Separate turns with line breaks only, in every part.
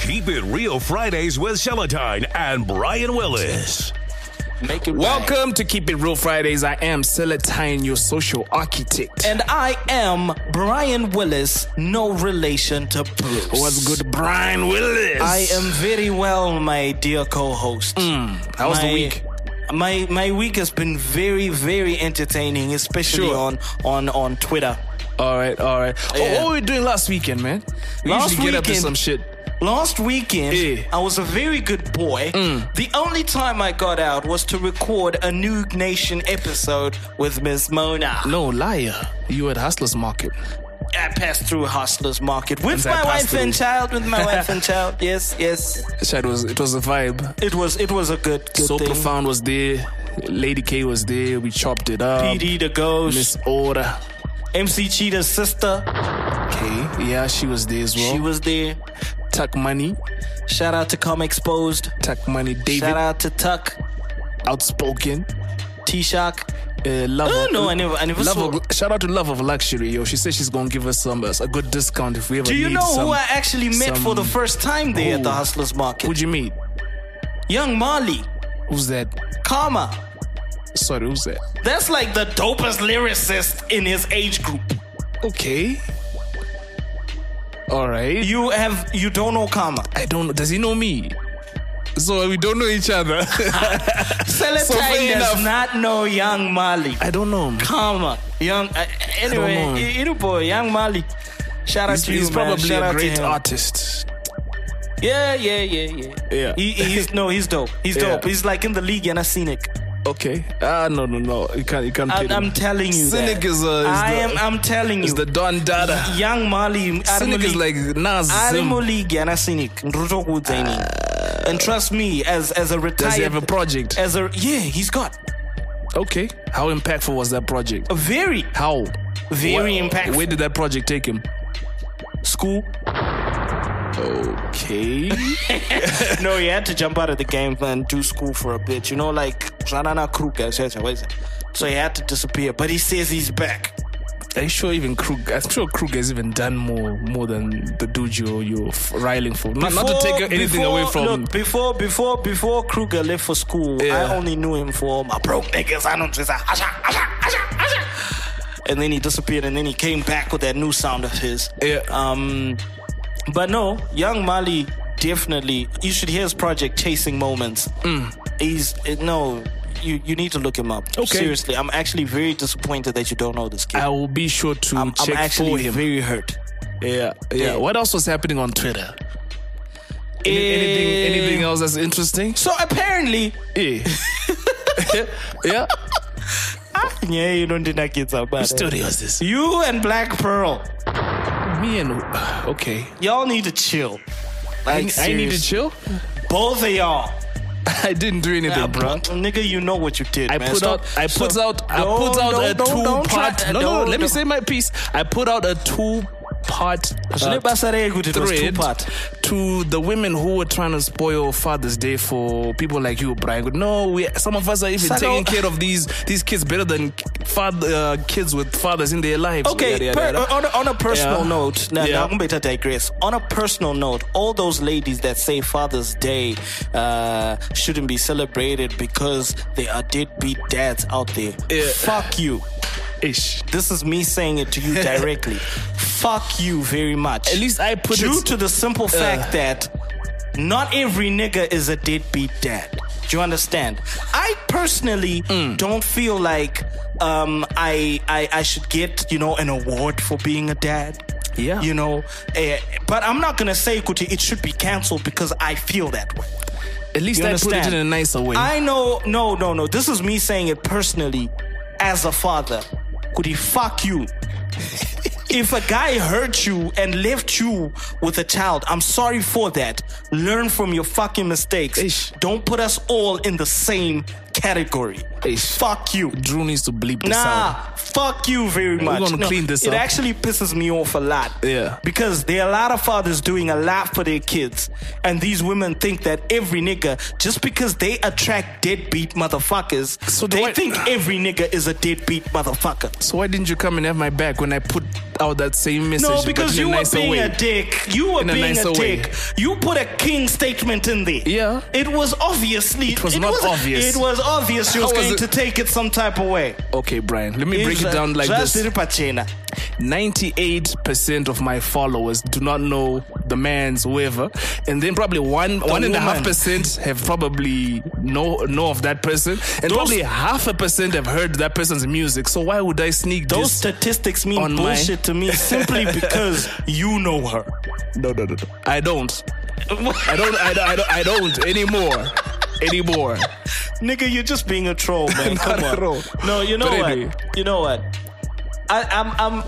Keep It Real Fridays with Celatine and Brian Willis.
Make it right.
Welcome to Keep It Real Fridays. I am Celatine, your social architect.
And I am Brian Willis, no relation to Bruce.
What's good, Brian Willis?
I am very well, my dear co-host.
Mm, How was
my,
the week?
My my week has been very very entertaining, especially
Sure.
on on on Twitter.
All right, all right. Oh,
Yeah.
what were we doing last weekend, man? We
Last
usually get up to
weekend-
some shit.
Last weekend,
Eh.
I was a very good boy.
Mm.
The only time I got out was to record a New Nation episode with Miss Mona.
No, liar. You at Hustlers Market.
I passed through Hustlers Market with
And I
my
passed
wife and
through.
child. With my wife and child. Yes, yes.
Shit was, it was a vibe.
It was it was a good good
so
thing.
Profound was there. Lady K was there. We chopped it up.
PD the Ghost,
Miss Order.
MC Cheetah's sister,
Okay. Yeah, she was there as well.
she was there.
Tuck Money.
Shout out to Come Exposed.
Tuck Money. David.
Shout out to Tuck,
Outspoken.
T Shock.
Uh, love
Oh,
of,
no, I never- I never
love
saw-
of, shout out to love of luxury yo she said she's gonna give us some us a good discount if we ever
Do you
need
know
some.
who I actually met for the
some-
first time there at the
Who?
Hustlers Market?
who'd you meet
Young Marley,
who's that
Karma.
sorry who's that
That's like the dopest lyricist in his age group.
okay all right
You have you don't know Karma.
I don't know does he know me so we don't know each other
Celatine does
fair enough.
not know Young Marley.
I don't know him
Karma, Young. Uh,
Don't
anyway,
know.
i- little boy, Young Marley. Shout out
he's,
to you,
he's
man.
probably
Shout
a
out to
great
him.
artist
Yeah, yeah, yeah, yeah.
Yeah.
He, he's no, he's dope. He's
Yeah.
dope. He's like in the league and a scenic.
okay ah no no no you can't you can't
I,
pit him.
I'm telling you.
Cynic
that.
is a is
I
the,
am. I'm telling you.
is the Don Dada
young Mali.
Cynic is like Nas Zim.
Arimuligi and a scenic. Nrutokudza ini. And trust me, as as a retired,
Uh, does he have a project
as a yeah, he's got
okay how impactful was that project
a very
How?
Very impactful.
Where did that project take him?
school.
Okay.
no, he had to jump out of the game and do school for a bit. You know, like Ranana Kruger. So he had to disappear, but he says he's back.
Are you sure even Krug? I'm sure Krug has even done more more than the dude you're, you're f- riling for. Not, not to take anything
before-
away from.
look, before before before Kruger left for school,
Yeah.
I only knew him for my broke niggas. I don't just like, asha, asha, asha, asha. and then he disappeared, and then he came back with that new sound of his.
Yeah.
Um, but no, Young Mali definitely. You should hear his project, Chasing Moments. He's eh, no. You, you need to look him up.
Mm. Okay.
Seriously, I'm actually very disappointed that you don't know this kid.
I will be sure to
I'm, I'm
check for
actually
him.
very hurt.
yeah, yeah,
Yeah.
What else was happening on Twitter? Any-
Eh,
anything? Anything else that's interesting?
So apparently,
Yeah. yeah.
ah, Yeah, you don't dinakidza about it.
Story was this?
You and Black Pearl,
Me and okay.
y'all need to chill. Like,
I need to
seriously.
chill.
Both of y'all.
I didn't do anything,
Uh,
bro.
Nigga, you know what you did.
I
man.
put
Stop-
out. I put
stop.
out. I
Don't-
put out
don't-
a
don't- don't
two part.
try- uh,
no, no,
don't-
no. Let me
don't.
say my piece. I put out a two part uh,
Zvinebasa rekuti it was two
thread
part.
to the women who were trying to spoil Father's Day for people like you, Brian. No, we, some of us are even
Sado-
taking care of these these kids better than father uh, kids with fathers in their lives. Yada,
Okay,
yada,
per, uh,
yada.
on, a, on a personal
Yeah.
note, now,
Yeah.
now I'm going to digress. On a personal note, all those ladies that say Father's Day uh, shouldn't be celebrated because there are deadbeat dads out there.
Yeah.
Fuck you. uh,
Ish.
This is me saying it to you directly. Fuck you very much.
At least I put
due
it. uh,
to the simple fact that not every nigga is a deadbeat dad. Do you understand? I personally
Mm.
don't feel like um, I, I I should get you know an award for being a dad.
Yeah.
you know, eh, but I'm not gonna say Kuti it should be cancelled because I feel that way.
at least
You
I
understand?
put it in a nicer way.
I know, no, no, no. This is me saying it personally as a father. Could he fuck you? if a guy hurt you and left you with a child, I'm sorry for that. Learn from your fucking mistakes.
Ish.
Don't put us all in the same category.
Ish.
Fuck you.
Drew needs to bleep this out.
Nah, fuck you very much.
gonna clean this
it
up.
actually pisses me off a lot.
Yeah.
Because there are a lot of fathers doing a lot for their kids. And these women think that every nigga, just because they attract deadbeat motherfuckers,
So do
they
I-
think every nigga is a deadbeat motherfucker.
So why didn't you come and have my back when I put out that same message.
No,
but
because
in
you
a
were
nicer
being
way.
a dick. You were
In a
being a,
nicer way.
dick. You put a king statement in there.
Yeah.
It was obviously. It
was not
was-
obvious.
It was obvious she was,
How was
going
it-
to take it some type of way.
Okay, Brian, let me break it down like
Just
this.
it, Pachena.
98% of my followers do not know the man's whoever. And then probably one one and a half
woman.
percent have probably know know of that person. And probably half a percent have heard that person's music. So why would I sneak
Those
this?
statistics mean
on my-
bullshit to me simply because you know her.
No, no, no, no. I don't. I don't. I don't. I don't, I don't anymore. Anymore.
Nigga, you're just being a troll, man.
Not
Come on.
at all.
No, you know
But
what?
anyway.
You know what? I, I'm, I'm,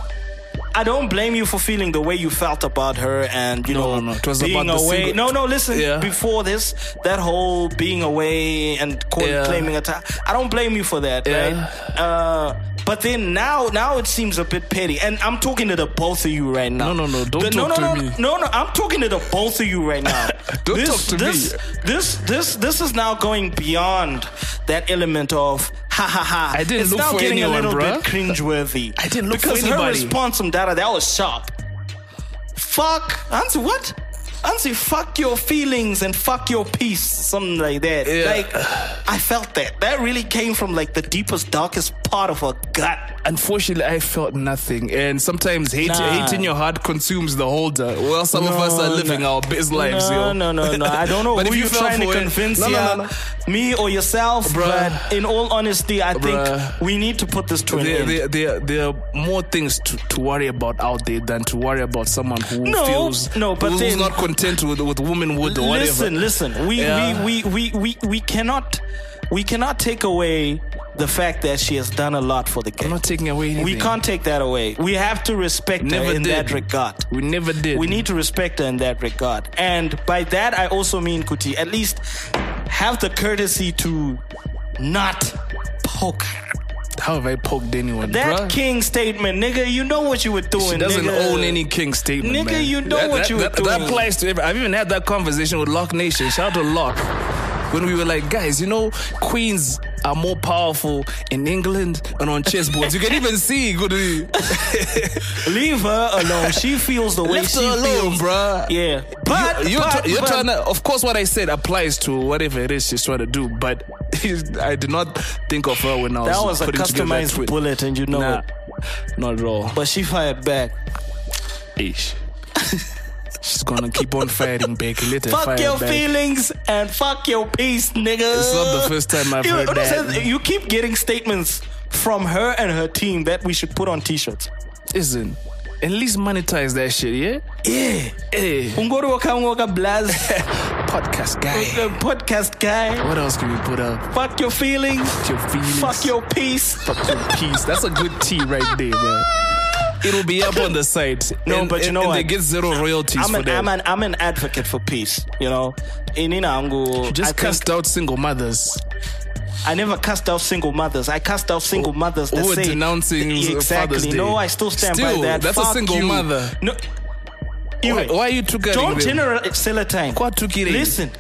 I don't blame you for feeling the way you felt about her, and you
No, no,
know,
it was
being
about the
away.
single-
no, no, listen.
Yeah.
Before this, that whole being away and call,
Yeah.
claiming a time, I don't blame you for that,
Yeah.
right? Uh, but then now, now it seems a bit petty, and I'm talking to the both of you right now.
No, no, no, don't
The-
talk
no, no,
to
no,
me.
no, no. I'm talking to the both of you right now.
Don't
this,
talk to me.
this, This, this, this is now going beyond that element of ha ha ha.
I didn't
it's
look
now
for
getting
anyone,
a little
bruh.
bit cringeworthy.
I didn't look for
because her
anybody.
response from Dada that was sharp. Fuck, Ansi, what? Ansi, fuck your feelings and fuck your peace, something like that.
Yeah.
Like, I felt that. That really came from like the deepest, darkest part of her gut.
Unfortunately, I felt nothing. And sometimes hate,
Nah.
hate in your heart consumes the holder. Well, some of us are
No,
living
no.
our best lives,
No,
yo.
no, no, no. I don't know
But
who
if
you're
you fell
trying to
for it-
convince
No, no,
yeah,
no, no.
me or yourself.
Bruh.
But in all honesty, I
Bruh.
think we need to put this to an
There,
end.
there, there, there are more things to, to worry about out there than to worry about someone who
No,
feels
no, but
who's
then-
not content with with womanhood or
listen,
whatever.
listen. We,
Yeah.
we, we, we, we, we cannot, we cannot take away the fact that she has done a lot for the game.
I'm not taking away anything.
we can't take that away. We have to respect
Never
her in
did.
that regard.
We never did.
We need to respect her in that regard. And by that, I also mean, Kuti, at least have the courtesy to not poke her.
How have I poked anyone?
That
bruh?
king statement, nigga, you know what you were doing.
She doesn't
nigga.
own any king statement.
Nigga,
man.
you know
that,
what
that,
you were
that, That
doing.
applies to every. I've even had that conversation with Lock Nation. Shout out to Lock. When we were like, guys, you know, queens are more powerful in England and on chessboards. You can even see, good.
Leave her alone. She feels the way
Left
she
her alone,
feels.
bruh.
Yeah, but
you, you're,
but,
tr- you're
but-
trying to. Of course, what I said applies to whatever it is she's trying to do. But I did not think of her when I was
That was a
putting together that
customized
tweet.
bullet, and you know
Nah,
it.
not at all.
But she fired back.
Ish. She's gonna keep on fighting back. Let her fire
Fuck your
back.
feelings and fuck your peace, nigga.
It's not the first time I've
you,
heard
what I'm
that.
saying, you keep getting statements from her and her team that we should put on t-shirts.
Listen, at least monetize that shit, yeah?
Yeah.
Hey,
Ungoro Wakangoka Blaz,
podcast guy.
the podcast guy.
What else can we put up?
Fuck your feelings.
Fuck your feelings.
Fuck your peace.
Fuck your peace. That's a good tea right there, man. It'll be up on the site.
No,
And-
but you
and-
know
and
what?
they get zero royalties
I'm
for
an,
that.
I'm, an, I'm an advocate for peace, you know. In Inangu,
Just
I, think-
cast out single mothers.
I never cast out single mothers. I cast out single mothers that
who are
say
Oh, denouncing
exactly.
Father's Day.
No, I still stand
Still,
by that.
that's a
Fuck
single
you.
mother.
No,
Why,
Anyway,
why are you triggering
don't
them?
general uh, Celatine.
What took it in?
Listen,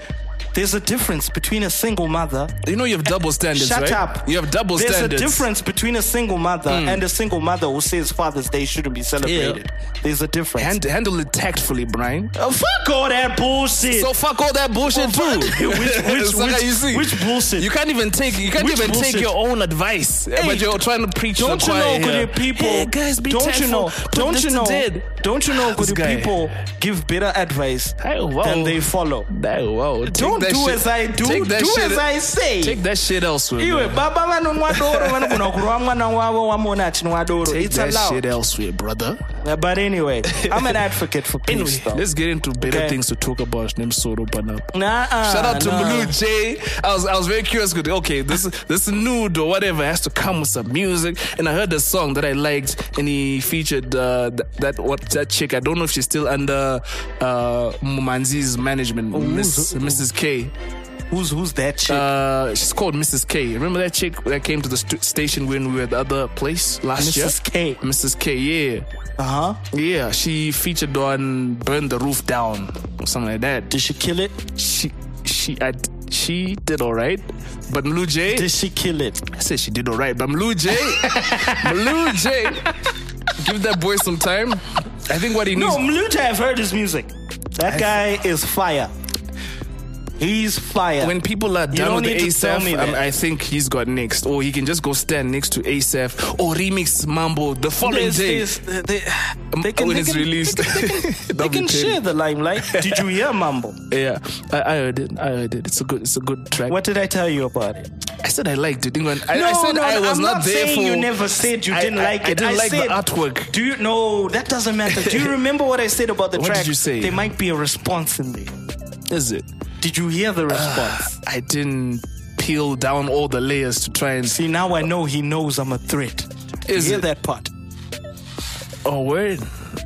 there's a difference between a single mother.
You know you have double standards,
Shut
right?
up.
You have double
There's
standards. Hmm.
a difference between a single mother and a single mother who says Father's Day shouldn't be celebrated. There's a difference.
Hand, handle it tactfully, Brian.
Oh, fuck all that bullshit.
So fuck all that bullshit
Oh, fuck.
too.
Which- which-
Sucker,
which-
you see.
which bullshit?
You can't even take. You can't
Which
even
bullshit?
take your own advice. but you're trying to preach to
Don't
the
you know,
choir
good
here.
people?
Hey, guys, be
don't you know?
tactful. Put
Don't
this
you
to
know?
dead.
Don't you know?
This
Good
guy.
people give better advice
Hey, wow.
than they follow.
Hey, wow. Take
Don't
that
do
shit.
as I do.
Take that
do
shit.
as I say.
Take that shit elsewhere.
iwe
man.
baba vanonwa doro vanogona kurova mwana wavo wamuona achinwa doro
Take
it's
that
allowed
shit elsewhere, brother.
but anyway i'm an advocate for peace
Anyway,
though
let's get into better
Okay.
things to talk about. Name Soro Banap.
Nuh-uh,
Shout out to
Ah, no.
Blue Jay. I was I was very curious. 'cause, Okay, this this nude or whatever has to come with some music. And I heard the song that I liked, and he featured uh, th- that what that chick. I don't know if she's still under uh, Mumanzi's management,
Oh,
Miss, Mrs. K.
who's who's that chick
Uh, she's called Mrs. K. Remember that chick that came to the st- station when we were at the other place last year?
Mrs. K.
Mrs. K. Yeah,
uh-huh
yeah. She featured on "Burn the Roof Down" or something like that
did she kill it
she she I, she did all right, but Mlu J
did she kill it
I said she did all right, but Mlu J Mlu J give that boy some time. I think what he needs.
No, Mluta, I've heard his music. That guy is fire. He's fire.
when people are done
don't
with
need to tell
ASAP,
me
um,
that.
I think he's got next, or he can just go stand next to ASAP or remix Mambo the following
There's
day
this- they, they
um,
can-
when
they
it's
can-
released.
they can share the limelight. Did you hear Mambo?
Yeah, I, I heard it. I heard it. It's a good. It's a good track.
What did I tell you about it?
I said I liked it. England. I, I said I was
I'm
not, there
saying
for.
you never said you
I-
didn't
I-
like it.
I didn't like the
said,
artwork.
Do you? No, that doesn't matter. Do you remember what I said about the
What did
track?
you say?
There might be a response in there.
Is it?
Did you hear the response?
I didn't peel down all the layers to try and.
See, now I know he knows I'm a threat.
Is
you hear
it?
that part?
Oh word!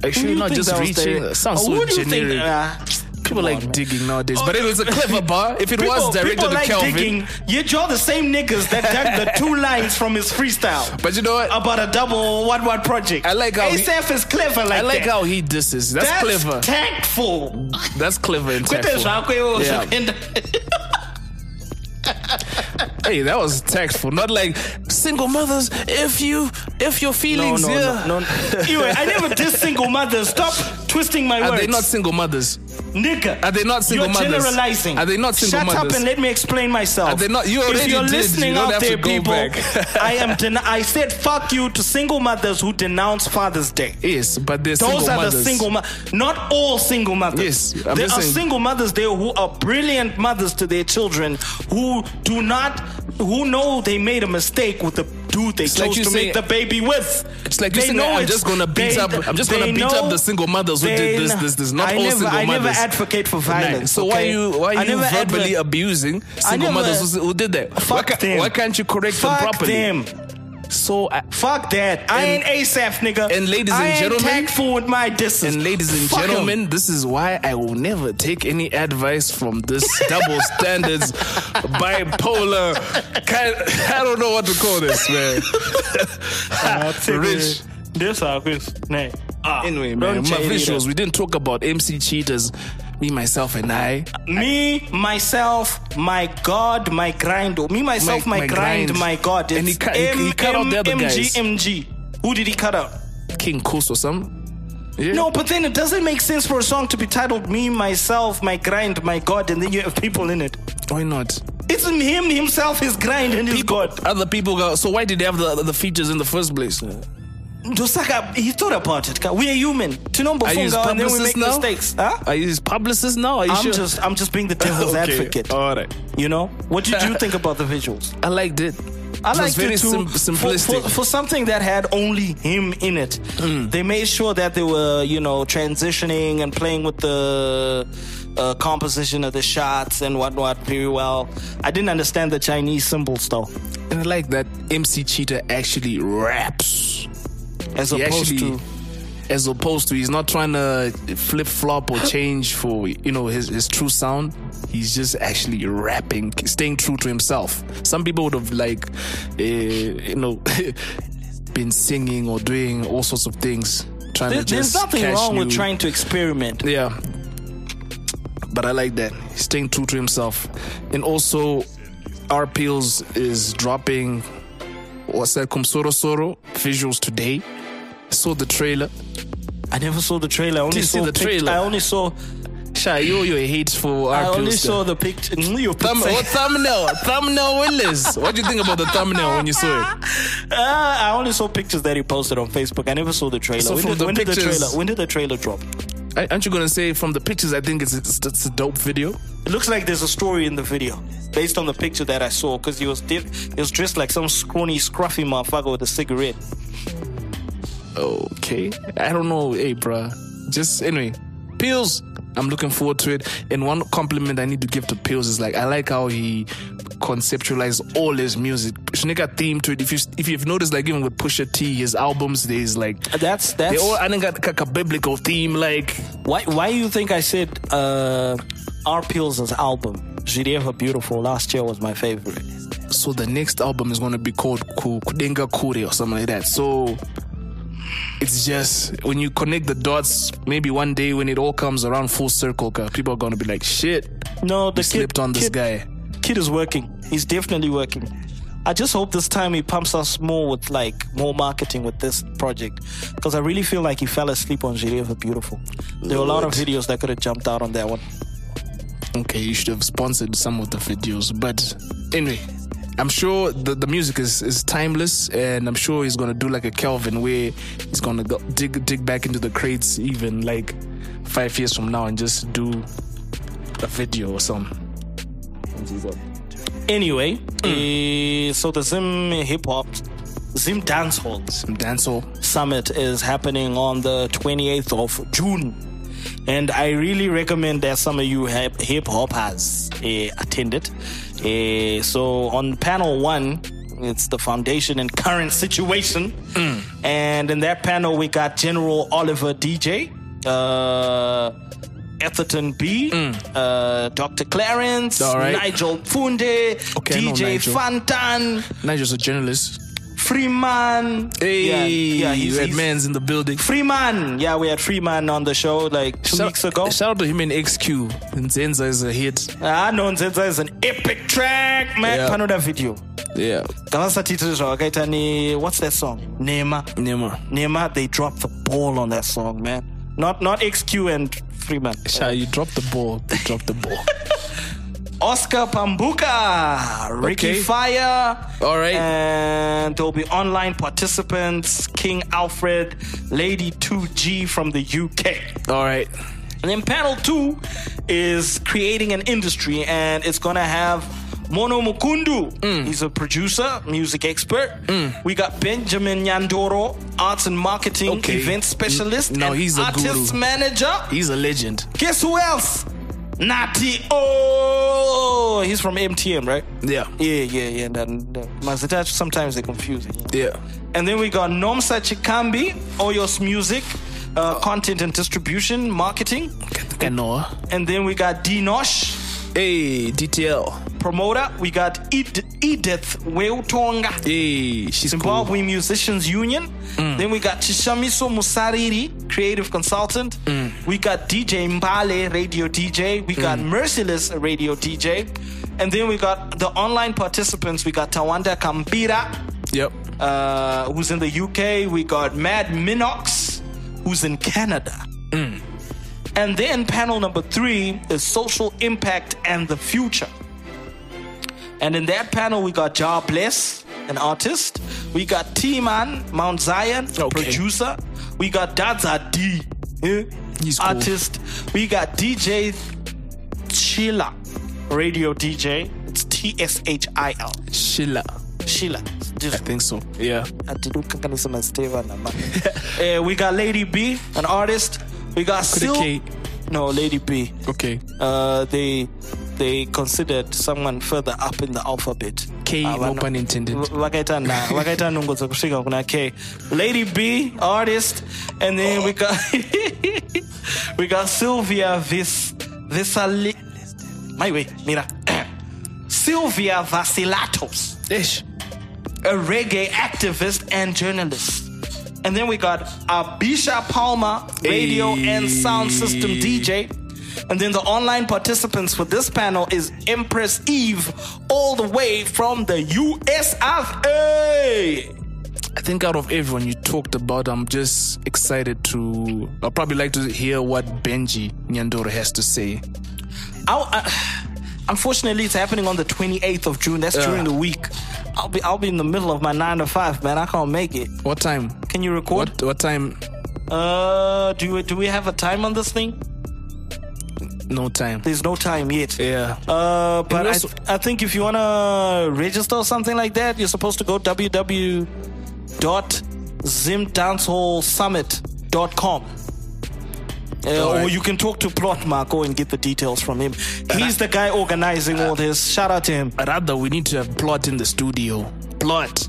Actually,
you
not
think
just
that was
reaching.
direct?
Sounds
Oh,
so
who do you think-
generic.
Ah,
People
come
like
on, man. Oh,
digging nowadays, but it was a clever bar. If it was directed
people
to
like
Kelvin,
digging. Yet you're the same niggas that dug the two lines from his freestyle
but you know what?
about a double one one project.
I like how he-
ASAF is clever like
I like
that.
how he disses. That's,
That's
clever.
tactful.
That's clever and
Kwete
tactful.
zvakwe iwe
Yeah.
uzvipinda.
Hey, that was tactful. Not like single mothers. If you, if your feelings, yeah.
Anyway, I never did single mothers. Stop twisting my
Are
words.
they not single mothers?
Nigga.
Are they not single
you're
mothers?
generalizing.
Are they not single
Shut up
mothers?
and let me explain myself.
Are they not- you
if
already
you're
did. You
listening
don't
out
have to
there,
go
people,
back.
I am. Den- I said fuck you to single mothers who denounce Father's Day.
Yes, but they're
Those
single
are
mothers.
the single mothers. Not all single mothers.
Yes, I'm
there
just
are
saying-
single mothers there who are brilliant mothers to their children who do not, who know they made a mistake with the dude they
like
chose
you
to
say-
make the baby with.
It's like you
They
saying,
know
I'm
it's-
just gonna beat
they-
up. I'm just
they
gonna beat
know-
up the single mothers who
they
did this.
know-
This, this. Not
I
all
never,
single
I
mothers.
never advocate for
Nah,
violence.
So why
okay?
you why
I
you
never
verbally
advo-
abusing single
never-
mothers who, who did that? why,
Fuck
ca-
them.
why can't you correct
Fuck
them properly?
them.
So I,
Fuck that. I ain't
And-
ASAP, nigga.
and ladies and
I ain't
gentlemen-
tactful with my distance.
and ladies and gentlemen, this is why I will never take any advice from this double standards bipolar. Kind, I don't know what to call this, man. Rich.
This happens. Nah. Ah,
Anyway,
don't
man, my
change it
visuals.
up.
We didn't talk about MC cheaters. Me, myself, and I.
Me, myself, my God, my grind. or Me, myself,
My-
my,
my
grind,
grind.
my God. It's
And he cut- he- he cut out the other
MG,
guys.
MG. Who did he cut out?
King Kus or something. Yeah.
No, but then it doesn't make sense for a song to be titled Me, Myself, My Grind, My God, and then you have people in it.
Why not?
It's him, himself, his grind, and his God.
Other people go. So why did they have the the features in the first place?
Dosaka, he thought about it. ka. We are human. Tinombo
Are you his
funga, and then we
publicist
make
now?
mistakes. Huh?
Are you his publicist now? Are you
I'm
sure?
just, I'm just being the devil's
Okay, Oh.
advocate.
All right.
You know, what did you think about the visuals?
I liked it.
I
it was
like
very
it too.
sim-
for,
simplistic. Hmm.
for, for something that had only him in it, they made sure that they were, you know, transitioning and playing with the uh, composition of the shots and whatnot very well. I didn't understand the Chinese symbols though,
and I like that MC Cheetah actually raps.
as
He
opposed
actually, uh,
to
as opposed to, he's not trying to flip flop or change for you know his his true sound. He's just actually rapping, staying true to himself. Some people would have like, uh, you know, been singing or doing all sorts of things, trying
There-
to just
there's nothing
catch
wrong with
new-
trying to experiment.
Yeah. But I like that. He's staying true to himself. And also, our Pills is dropping, what's that, Kumsoro Soro visuals today. Saw the trailer.
I never saw the trailer. I only
Didn't see
saw
the
pict-
trailer.
I only saw.
Shy, you, you hate for
I
our
only
Pills.
saw the picture. Your
Thumb-
picture.
oh, thumbnail. thumbnail Willis. What do you think about the thumbnail when you saw it?
Ah, I only saw pictures that he posted on Facebook. I never saw the trailer.
So
when
from
did,
the
when did the
pictures-
trailer? When did the trailer drop?
I- Aren't you going to say from the pictures, I think it's, it's, it's a dope video?
It looks like there's a story in the video based on the picture that I saw because he was di- he was dressed like some scrawny, scruffy motherfucker with a cigarette.
Okay. I don't know, hey, bruh. Just anyway, Pills. I'm looking forward to it. And one compliment I need to give to Pills is like I like how he conceptualized all his music. Shineka theme to it. If you if you've noticed, like even with Pusha T, his albums, there's like
That's
they
that's
all I think got like a biblical theme. Like
why why you think I said uh, R. Peel's album Jireva Beautiful last year was my favorite.
so, the next album is gonna be called Ku- Kudenga Kure or something like that. So. It's just when you connect the dots, maybe one day when it all comes around full circle, 'cause people are gonna be like, "Shit,
No, the
slipped
kid,
on this
kid,
guy."
Kid is working. He's definitely working. I I just hope this time he pumps us more with like more marketing with this project because I really feel like he fell asleep on Julia for Beautiful. There were a lot of videos that could have jumped out on that one.
Okay, you should have sponsored some of the videos. But anyway, I'm sure the, the music is, is timeless, and I'm sure he's gonna do like a Kelvin where he's gonna go, dig dig back into the crates even like five years from now and just do a video or something.
Anyway, eh, so the Zim Hip Hop, Zim Dance Hall
Some dancehall.
Summit is happening on the 28th of June. And I really recommend that some of you hip hoppers uh, attend it. Eh, so on panel one, it's the foundation and current situation.
Mm.
And in that panel, we got General Oliver DJ, uh, Etherton B, uh, Dr. Clarence,
Mm. All right.
Nigel Funde,
Okay, I know
DJ
Nigel.
Fantan,
Nigel's a journalist.
Freeman.
Hey,
yeah, yeah,
you
he's,
had
he's-
man's in the building.
Freeman. Yeah, we had Freeman on the show like two weeks ago.
Shout out to him and XQ. And Zenza is a hit.
I know Nzenza is an epic track, man.
Yeah.
Panoda video.
Yeah.
ngavasatitire zvavakaita ne what's that song nema
Nema.
nema they dropped the ball on that song man not not xq and freeman
Sha, you dropped the ball. You dropped the ball.
oscar pambuka ricky
Okay.
fire
All right.
and there'll be online participants king alfred lady 2g from the uk
All right.
And then panel two is creating an industry, and it's gonna have Mono Mukundu.
Mm.
He's a producer, music expert. We got Benjamin Nyandoro, arts and marketing
Okay.
event specialist.
N- no,
and
he's a guru.
artist manager.
He's a legend.
Guess who else? Nati Oh, he's from MTM, right?
Yeah.
Yeah, yeah, yeah. That, that, Mazda, sometimes they're confusing. you know?
Yeah.
And then we got Nomsa Chikambi, Oyos Music, uh, content and distribution, marketing.
I know.
And then we got Dinosh,
Hey, DTL.
promoter. We got Ed- Edith Weutonga,
Hey, she's
Zimbabwe Musicians Union. Then we got Chishamiso Musariri, creative consultant. We got DJ Mbale, radio DJ. We got Merciless, radio DJ. And then we got the online participants. We got Tawanda Kambira,
cool. Yep.
uh, who's in the UK. We got Mad Minox, who's in Canada.
Hmm.
And then panel number three is social impact and the future. And in that panel, we got Ja Bless, an artist. We got T Man, Mount Zion,
Okay.
producer. We got Daza D, eh,
He's cool.
artist. We got DJ Chila, radio DJ. It's T S H I L.
Sheila.
Sheila.
I think so. Yeah.
atikukanganisa maziteva nama uh, we got lady b an artist we got Sil-
K.
no lady b
Okay.
uh, they they considered someone further up in the alphabet
K,
Ah,
no
vano-
pun intended.
v- vakaita na vakaita nungo dzekusvika kuna k lady b artist and then we got we got sylvia vis visali my way mira sylvia vasilatos
Ish.
a reggae activist and journalist. And then we got Abisha Palma, radio
Hey.
and sound system DJ. And then the online participants for this panel is Empress Eve, all the way from the US of A.
I think out of everyone you talked about, I'm just excited to. I'd probably like to hear what Benji Nyandoro has to say.
I'll- I- Unfortunately, it's happening on the 28th of June. That's during
Uh.
the week. I'll be I'll be in the middle of my nine to five, man. I can't make it.
What time?
Can you record?
What what time?
Uh, do we, do we have a time on this thing?
No time.
There's no time yet.
Yeah.
Uh, but
And
I,
also-
I think if you want to register or something like that, you're supposed to go www.zimdanceholsummit.com. Uh,
Alright.
Or you can talk to Plot Marco and get the details from him. He's the guy organizing all this. Shout out to him.
Uh, Rather, we need to have plot in the studio. Plot.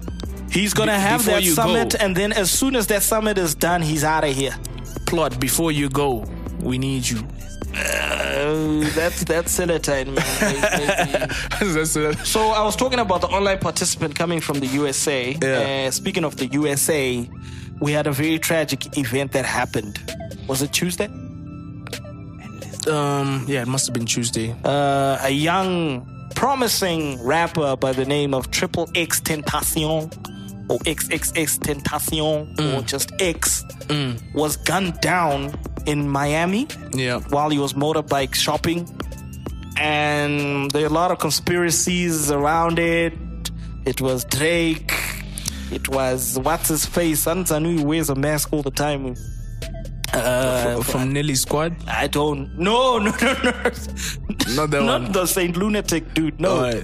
He's gonna
be-
have
before
that
you
summit,
go.
and then as soon as that summit is done, he's out of here.
Plot before you go. We need you. Oh,
Uh, that's that's Celatine, man.
That's it.
So I was talking about the online participant coming from the USA.
Yeah.
Uh, speaking of the USA, we had a very tragic event that happened. Was it Tuesday?
Um. Yeah, it must have been Tuesday.
Uh, a young promising rapper by the name of Triple X Tentacion or XXX Tentacion or just X was gunned down in Miami
Yeah.
while he was motorbike shopping. And there are a lot of conspiracies around it. It was Drake. It was what's his face? Anzanu he wears a mask all the time.
Uh, From, from Nelly Squad.
I don't. No, no, no, no.
Not that
Not
one.
the Saint Lunatic dude. No.
Alright.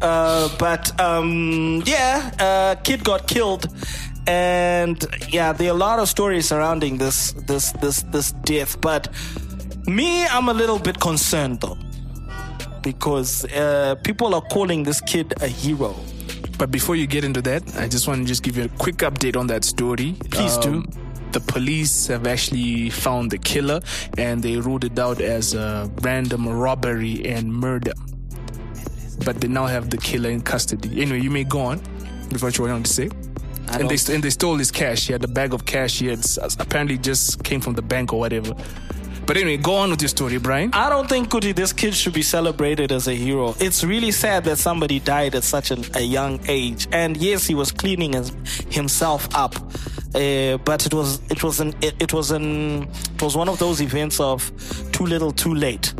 Uh, but um, yeah, uh, kid got killed, and yeah, there are a lot of stories surrounding this this this this death. But me, I'm a little bit concerned though, because uh, people are calling this kid a hero.
But before you get into that, I just want to just give you a quick update on that story.
Please do.
The police have actually found the killer and they ruled it out as a random robbery and murder. But they now have the killer in custody. Anyway, you may go on with what you wanted to say. And they,
don't-
and they stole his cash. He had a bag of cash. He had s- apparently just came from the bank or whatever. But anyway, go on with your story, Brian.
I don't think Kuti, this kid should be celebrated as a hero. It's really sad that somebody died at such an, a young age. And yes, he was cleaning his, himself up, uh, but it was it was an it, it was an it was one of those events of too little, too late.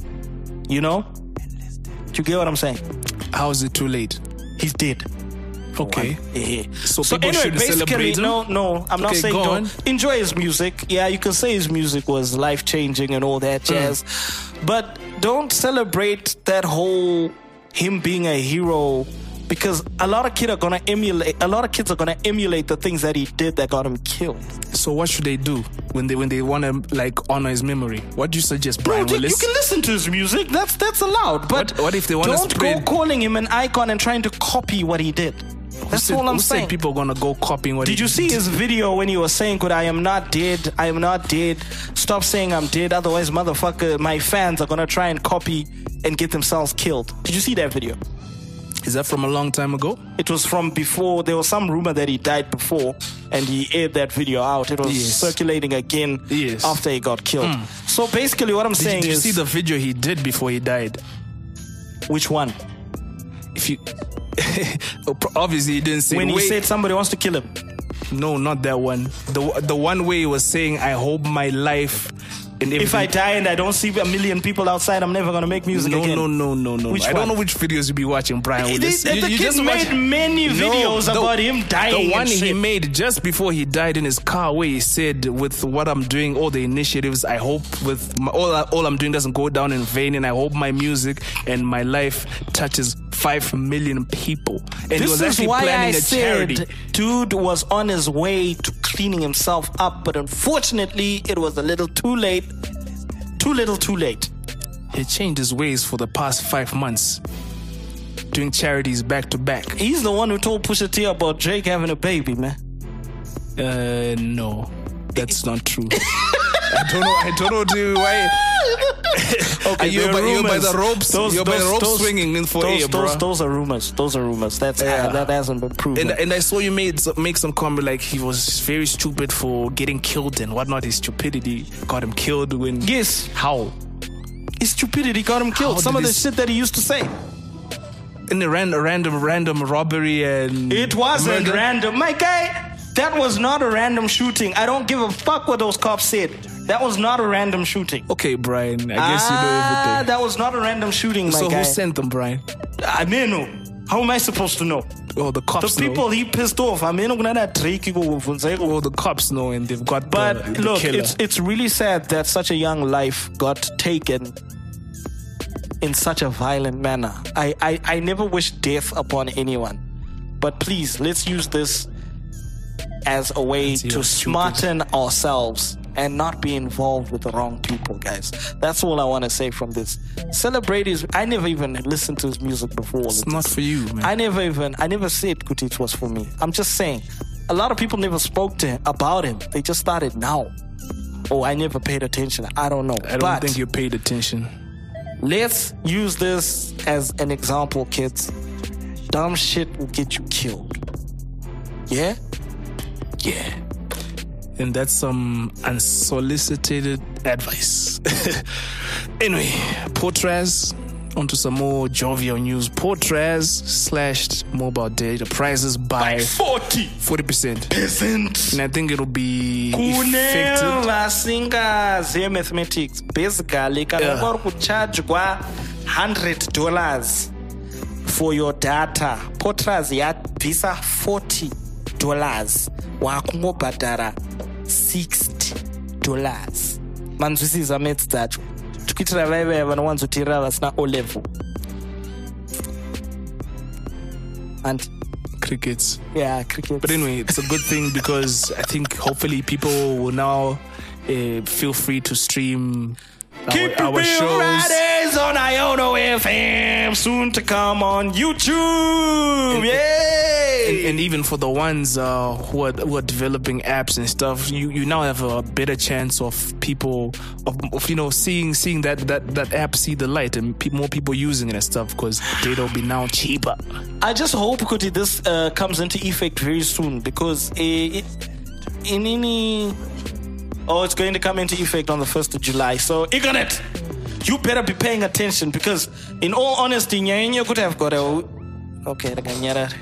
You know, Do you get what I'm saying?
How is it too late?
He's dead.
Okay.
Yeah.
So people shouldn't celebrate him?
no, no, I'm not
Okay,
saying
go
don't.
on.
Enjoy his music. Yeah, you can say his music was life changing and all
Hmm.
that jazz, but don't celebrate that whole him being a hero because a lot of kids are gonna emulate. A lot of kids are gonna emulate the things that he did that got him killed.
So what should they do when they when they want to like honor his memory? What do you suggest, Brian
Dude, you
Willis?
can listen to his music. That's that's allowed. But
What- what if they wanna
don't
spread-
go calling him an icon and trying to copy what he did. That's
Who said-
all I'm
who said
saying.
people gonna go copying what?
Did
he
you see his video when he was saying, "Good, I am not dead. I am not dead. Stop saying I'm dead, otherwise, motherfucker, my fans are gonna try and copy and get themselves killed." Did you see that video?
Is that from a long time ago?
It was from before. There was some rumor that he died before, and he aired that video out. It was
Yes.
circulating again
Yes. Hmm.
after he got killed. So basically, what I'm
Did, you-
saying
did you
is,
see the video he did before he died?
which one?
If you obviously he didn't say.
When he
Wait,
said somebody wants to kill him.
no, not that one. The the one way he was saying, I hope my life. And
If I die and I don't see a million people outside, I'm never gonna make music
no,
again.
no, no, no, no.
Which
I don't
one?
know which videos you be watching, Brian.
They-
Willis.
they-
You-
the
you
kid
just
made many videos
the-
about him dying
The one
and
he
shit.
made just before he died in his car, where he said, "With what I'm doing, all the initiatives, I hope with my, all I- all I'm doing doesn't go down in vain, and I hope my music and my life touches five million people." And he was actually planning a charity.
dude was on his way to cleaning himself up, but unfortunately, it was a little too late. Too little, too late.
He changed his ways for the past five months, doing charities back to back.
He's the one who told Pusha T about Drake having a baby, man.
Uh, no, that's not true. I don't know. I don't know dude, why.
Okay,
Ah, you're
there are
by- you're by
rumors.
the ropes- you're by the ropes swinging in for
those,
air,
those,
bruh.
those are rumors. Those are rumors. That's
Yeah.
that hasn't been proven.
And, and I saw you made some- make some comment like he was very stupid for getting killed and whatnot. His stupidity got him killed when.
yes,
How?
his stupidity got him killed.
How
Some
did
of the
this-
shit that he used to say.
In a ran- a random, random robbery and.
It wasn't
murder?
random. My guy, that was not a random shooting. I don't give a fuck what those cops said. That was not a random shooting. Ah,
Okay, Brian. I guess you know everything.
That was not a random shooting, my
so
guy.
who sent them, Brian?
I may know. How am I supposed to know?
Oh, the
The
cops
people
know.
he pissed off. I mean, Drake.
Oh, the cops know, and they've got
But
the, the
look,
killer.
it's it's really sad that such a young life got taken in such a violent manner. I, I, I never wish death upon anyone. But please, let's use this as a way
That's
to
your stupid-
smarten ourselves and not be involved with the wrong people, guys. That's all I want to say from this. Celebrate his. I never even listened to his music before. all of
It's not for you, man.
I never even I never said Kuti it was for me. I'm just saying, a lot of people never spoke to him about him. They just started now. Oh, I never paid attention. I don't know.
I don't
but
think you paid attention.
let's use this as an example, kids. Dumb shit will get you killed. Yeah?
Yeah. And that's some unsolicited advice. anyway, Portraz, Onto some more jovial news. Portraz slashed mobile data prices by
40
40%.
percent
And I think it'll be
kune
affected.
vasingazive mathematics basically kana
Yeah.
kwari kuchajwa 100 dollars for your data potras yabvisa 40 dollars wakungobhadhara 60 dollars manzwisisa mets dzacho tikuitira vaivaya vanowanzoteerera vasina o level and
Crickets.
yeah cricket
But anyway, it's a good thing because I think hopefully people will now uh, feel free to stream our, our shows.
Fridays on Iono FM. Soon to come on YouTube.
and,
Yay!
and even for the ones uh, who are who are developing apps and stuff, you, you now have a better chance of people of, of you know seeing seeing that, that, that app see the light and pe- more people using it and stuff because data will be now cheaper.
I just hope Kuti this uh, comes into effect very soon because eh, it, in any oh, it's going to come into effect on the first of July. So Igonet, you better be paying attention because, in all honesty, Nyanyo could have got a okay. Reganyera,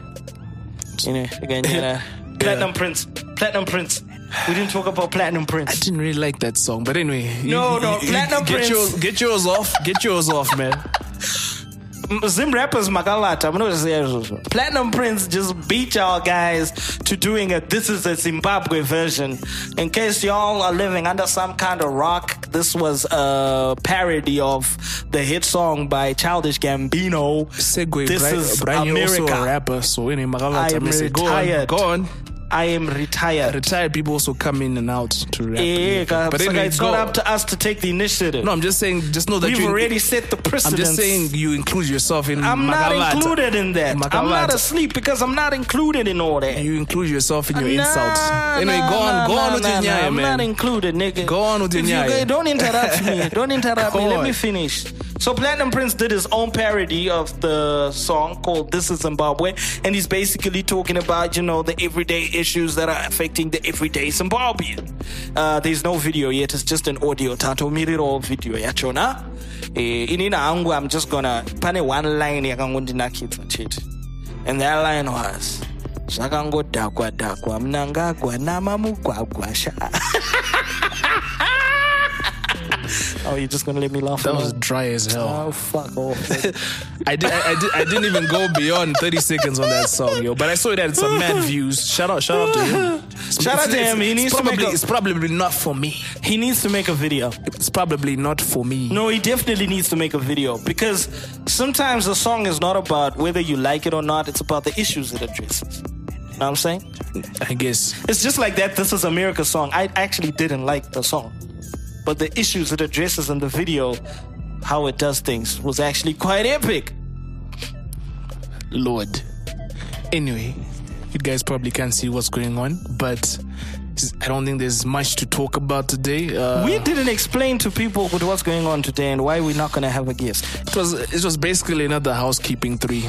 you know, Reganyera, Platinum Prince, Platinum Prince. We didn't talk about Platinum Prince.
I didn't really like that song, but anyway, you-
No, no, Platinum
get
Prince.
yours get yours off, get yours off, man.
Zim rappers makalata munoziva izvozvo platinum prince just beat y'all guys to doing a this is a zimbabwe version in case y'all are living under some kind of rock this was a parody of the hit song by childish gambino
Segway,
this
Bri-
is
Brian, you're also a
America.
rapper, so anyway,
I
Magalata,
am
may say, go on,
retired.
go on.
i am retired
Retired people also come in and out to rap.
yeah,
but
Eh, so
anyway,
it's
go.
not up to us to take the initiative
no, I'm just saying, just know that
we've
you
already set the precedent
I'm just saying you include yourself in
I'm not
Magalata.
included in that. I'm not
Magalata.
asleep because I'm not included in all that.
You include yourself in your
Nah,
insults. Anyway,
nah,
go on,
nah,
go on
nah,
with
nah,
your
nah,
nyaya,
I'm
man.
not included, nigga.
Go on with your
If you
nyaya.
go- Don't interrupt me. Don't interrupt me.
Go
Let
on.
me finish. So Platinum Prince did his own parody of the song called "This Is Zimbabwe," and he's basically talking about you know the everyday issues that are affecting the everyday Zimbabwean. Uh, there's no video yet; it's just an audio. Tato miriro video yachona. Eh, inina angu, I'm just gonna pane one line yakangondinakidza chete. And that line was zvakangodhakwa dhakwa munanga agwanama mugwagwasha Oh, you're just gonna let me laugh.
That
alone?
was dry as hell.
Oh, fuck off.
I, did, I, I, did, I didn't even go beyond 30 seconds on that song, yo. But I saw it had some mad views. Shout out, shout out to him.
Shout out to him. He needs
it's
to
probably,
make a,
It's probably not for me.
he needs to make a video.
It's probably not for me.
No, he definitely needs to make a video because sometimes a song is not about whether you like it or not. It's about the issues it addresses. Know what I'm saying?
I guess.
It's just like that. This is America song. I actually didn't like the song, but the issues it addresses in the video, how it does things, was actually quite epic.
Lord. Anyway, you guys probably can't see what's going on, but I don't think there's much to talk about today. Uh,
We didn't explain to people what- what's going on today and why we're not gonna have a guest.
It was it was basically another housekeeping three.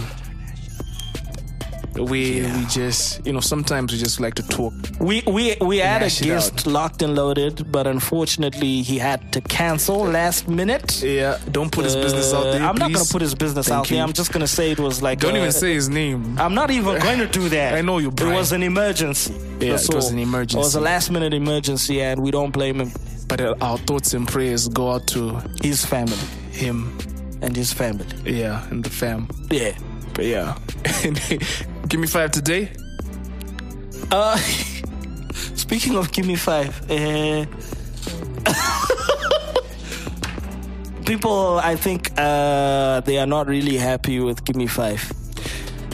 We we just you know sometimes we just like to talk.
We we we had a
hash it
guest locked and loaded, but unfortunately he had to cancel last minute.
Yeah, don't put his business
Uh,
out there.
I'm not
please.
gonna put his Uh, business
Thank
out there.
you.
I'm just gonna say it was like
Don't
a-
even say his name.
I'm not even going to do that.
I know you,
It
Brian.
was an emergency.
Yeah,
That's
it was
all.
an emergency.
It was a last minute emergency, and we don't blame him.
But uh, our thoughts and prayers go out to
His family
him.
and his family.
Yeah, and the fam.
Yeah.
But yeah, give me five today.
Uh, speaking of Gimme Five, uh, people, I think uh, they are not really happy with Gimme Five.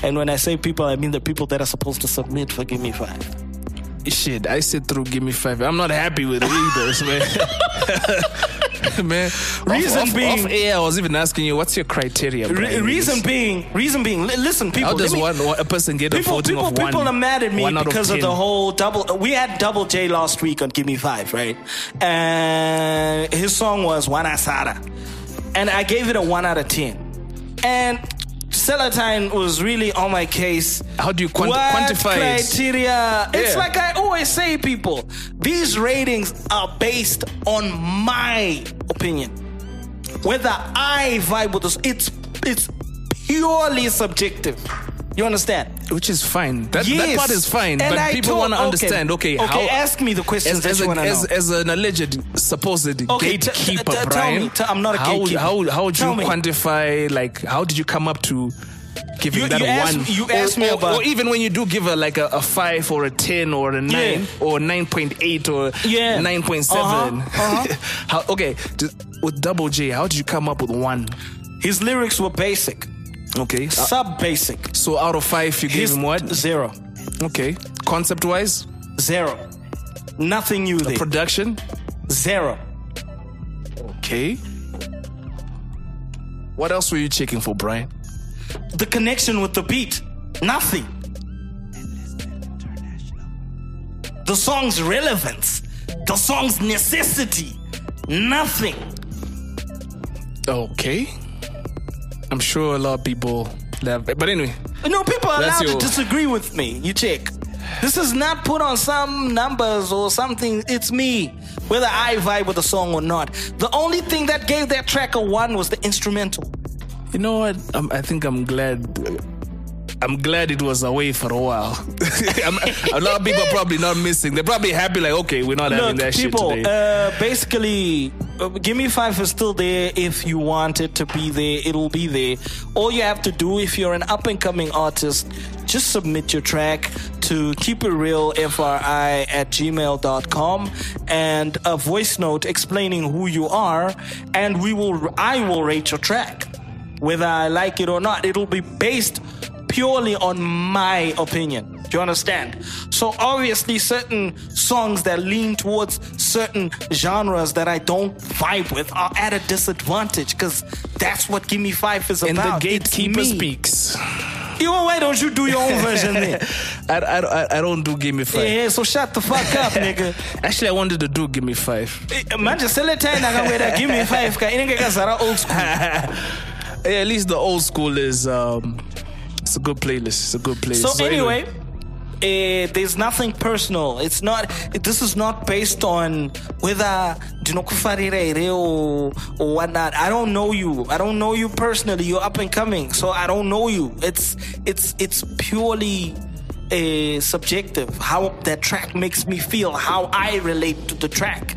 And when I say people, I mean the people that are supposed to submit for Gimme Five.
Shit, I sit through. Give me five. I'm not happy with it either, so, man. man,
Reason
off, off,
being-
off air, I was even asking you, what's your criteria?
Re-
Brian?
reason being, reason being, li- listen, people.
How
let
does
me-
one, one- a person get a
people,
voting
people,
of one?
people are mad at me
one out
because of,
10?
the whole double. We had Double J last week on Give Me Five, right? And his song was One Asada, and I gave it a one out of ten. And Celatine was really on my case.
How do you quanti-
What
quantify it?
criteria? It's
Yeah.
like I always say, people. These ratings are based on my opinion whether I vibe with this, it's It's purely subjective. You understand?
Which is fine. That, that
Yes.
part is fine.
And
but
I
people
told-
want to
okay.
understand. Okay, how,
Okay, ask me the questions
as,
that
as
you
a-
wanna
as,
know.
as an alleged supposed
Okay, t- t-
gatekeeper,
t- tell
Brian,
me. T- I'm not a
how,
gatekeeper.
How, how, would you
Tell me.
quantify? Like, how did you come up to? Giving
You-
that
you asked-
one,
you
or,
asked me
or,
about-
or even when you do give a like a, a five or a ten or a nine or nine point eight or
Yeah.
nine point seven.
Uh-huh, uh-huh.
how, okay, d- with double J, how did you come up with one?
His lyrics were basic,
Okay, uh,
sub basic.
so out of five, you gave
His
him what?
Zero.
Okay, concept wise,
Zero. Nothing new there.
production.
Zero.
Okay. What else were you checking for, Brian?
The connection with the beat. Nothing. The song's relevance. The song's necessity. Nothing.
Okay. I'm sure a lot of people love But anyway,
No, people are
That's
allowed
your-
to disagree with me. You check. This is not put on some numbers or something. It's me, whether I vibe with the song or not. The only thing that gave that track a one was the instrumental.
you know what? I'm, I think I'm glad. I'm glad it was away for a while. I'm, a lot of people are probably not missing. They're probably happy, like, okay, we're not having that
people,
shit today.
Uh, basically, uh, Give Me Five is still there if you want it to be there. It'll be there. All you have to do if you're an up and coming artist, just submit your track to keep it real fri at gmail.com and a voice note explaining who you are and we will i will rate your track whether i like it or not it'll be based purely on my opinion. Do you understand? So obviously, certain songs that lean towards certain genres that I don't vibe with are at a disadvantage because that's what Gimme Five is
and the
about. It's
gatekeeper
me.
speaks.
You know, why don't you do your own version then?
I, I, I- I don't do Gimme 5.
yeah, so shut the fuck up, nigga. Eh,
Actually, I wanted to do Gimme 5.
Manje seletaina kangwera Gimme Five ka inenge kazara old school.
Yeah, at least the old school is. Um, it's a good playlist. It's a good playlist.
So, anyway, eh, there's nothing personal. It's not. This is not based on whether ndinokufarira here or or whatnot. I don't know you. I don't know you personally. You're up and coming, so I don't know you. It's it's it's purely. Uh, subjective how that track makes me feel how i relate to the track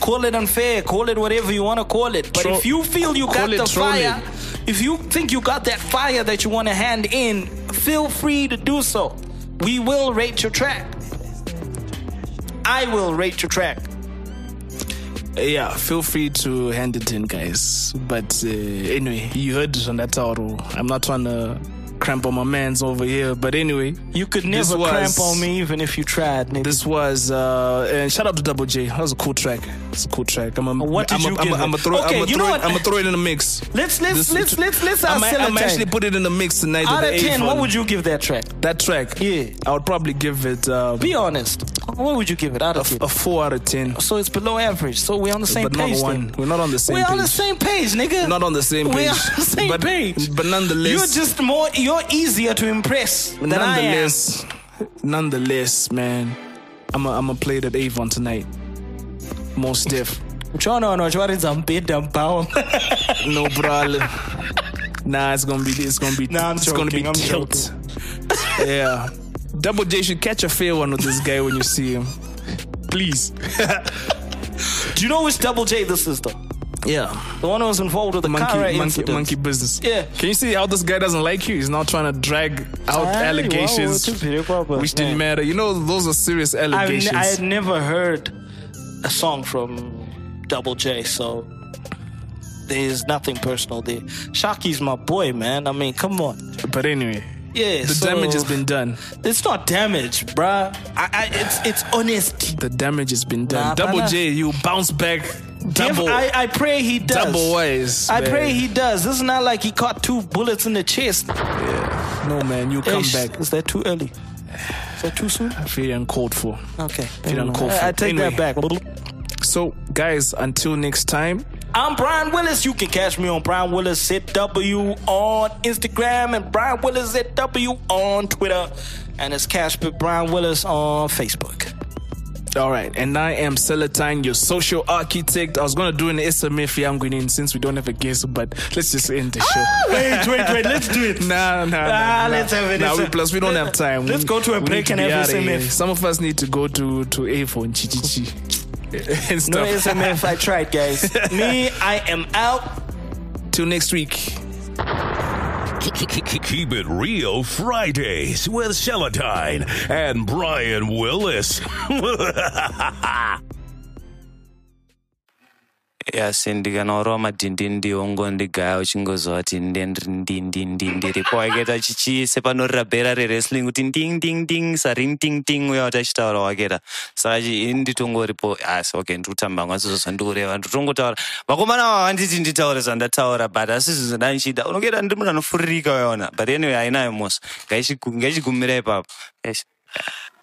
call it unfair call it whatever you want to call it but
Tro-
if you feel you
call
got
it
the
trolling.
fire if you think you got that fire that you want to hand in, feel free to do so. We will rate your track. I will rate your track.
yeah, feel free to hand it in, guys. But uh, anyway, you heard it on that title. I'm not trying to cramp on my man's over here. But anyway,
You could
This
never
was-
cramp on me even if you tried. Nigga.
this was uh, and shout out to Double J. That was a cool track. It's a cool track. I'm a,
What did
I'm a,
you
I'm
give
a, I'm a
it?
throw,
Okay,
I'm a
you
throw
know
it,
what?
I'm a throw it in the mix.
let's let's
This-
let's let's let's
I'm,
ask
I'm actually
Celotan.
put it in the mix tonight.
Out
with
of ten,
Avon.
what would you give that track?
that track?
Yeah.
I would probably give it um,
Be honest. What would you give it out of ten?
a four out of ten.
So it's below average. So we're on the same
but
page.
not
then.
one. We're not on the same
We're
page.
on the same page, nigga.
not on the same page.
We're on the same
but,
page.
But nonetheless,
You're just more. You're easier to impress than I am.
nonetheless, nonetheless, man, I'm a, I'm a play that Avon tonight. Most stiff,
Mchono wanaochwaridza mbhedha mbao
no brale. Nah, it's gonna be it's gonna be
Nah, I'm
it's gonna
joking,
be
I'm
tilt. yeah, Double J should catch a fair one with this guy when you see him. Please.
Do you know which Double J this is, though?
Yeah.
The one who was involved with the
Monkey,
car
monkey,
incident.
monkey business.
Yeah.
Can you see how this guy doesn't like you? He's now trying to drag out
Aye,
allegations,
wow, it's a big problem,
which didn't
man.
matter. You know, those are serious
I've ne-
allegations.
I had never heard a song from Double J, so there's nothing personal there. Shaki's my boy, man. I mean, come on.
But anyway,
Yeah,
the
so- Uh,
damage has been done.
It's not damage, bruh. I, I, it's it's honesty.
The damage has been done.
Nah,
double
brother.
J, you bounce back double,
If I, I pray he does.
double wise.
I
man.
pray he does. This is not like he caught two bullets in the chest.
No man, you come
Ish,
back.
Is that too early? Is that too soon?
I feel uncalled for.
Okay.
Feel uncalled for.
I, I take
Anyway.
that back.
So guys, until next time.
I'm Brian Willis. You can catch me on Brian Willis ZW on Instagram and Brian Willis ZW on Twitter. And it's Cash with Brian Willis on Facebook.
All right, and I am Celatine, your social architect. I was gonna do an SMF Yangwinin since we don't have a guest, but let's just end the show.
wait, wait, wait. Let's do it.
Nah, nah, nah,
Ah,
nah.
let's have it.
Nah,
Let's-
we, plus we don't have time.
let's
We-
go to a
we
break
need
and
be
have
outta here.
SMF.
Some of us need to go to to A4 and Chichichi and
No
stuff.
SMF. I tried, guys. Me, I am out.
Till next week.
Keep it real Fridays with Celadine and Brian Willis.
yasi ndikanaurawa madhindindi ongo ndigaya uchingozwa kuti nde ndiri ndindindindi ripo waikaita chichiise panorira bhera rewrestling kuti nding ding ding saring ting ting uya kuti achitaura wakaita saka chi- ini nditongoripo asi ok ndikutamba hangu asizozva ndikureva nditotongotaura vakomana vava vanditi nditaure zvandataura but asizozvo ndandichida unokaita ndiri munhu anofuririka uyaona but anyway hainayo mhosva Ngaichigu- ngaichigumira ipapo Yes.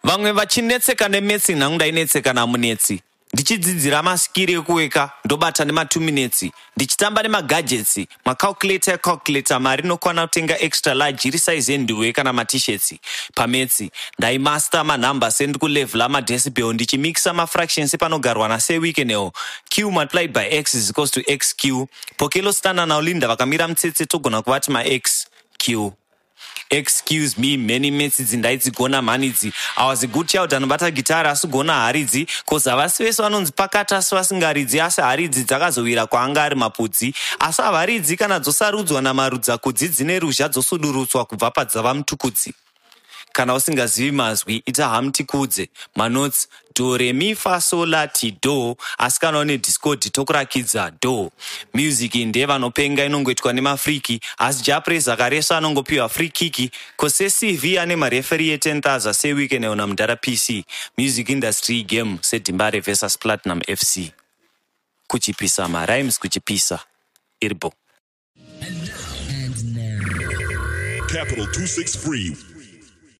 vamwe vachinetseka nemetsi nhangu ndainetseka namunetsi ndichidzidzira masikiri ekuweka ndobata nema2 minutes ndichitamba nemagadgetsi macalculator yacalculator mari inokwana kutenga extra large iri saizi yendiwe kana matishets pametsi ndaimasta manhambers endikulevhela madecibel ndichimikisa mafractions panogarwa naseweekenewo q multiplied by x is equals to xq pokelo standa naolinda vakamira mutsetse togona kuvati maxq excuse me many metsidzi ndaitsigona mhanidzi i was a good child anobata gitari asigona haridzi cause havasi vese vanonzi pakati asi vasingaridzi asi haridzi dzakazowira kwaanga ari mapudzi asi havaridzi kana dzosarudzwa namarudzakudzi dzine ruzha dzosudurutswa kubva padzava mutukudzi kana usingazivi mazwi ita hamutikudze manotsi do remi fasola ti do asi kana une discord tokurakidza do music ndeyevanopenga inongoitwa nemafriki asi japres akaresa anongopiwa free kiki kose cv ane mareferi ye10000 seweekend ona mudhara pc music industry game sedimbare versus platinum fc kuchipisa marimes kuchipisa iribo
Capital 263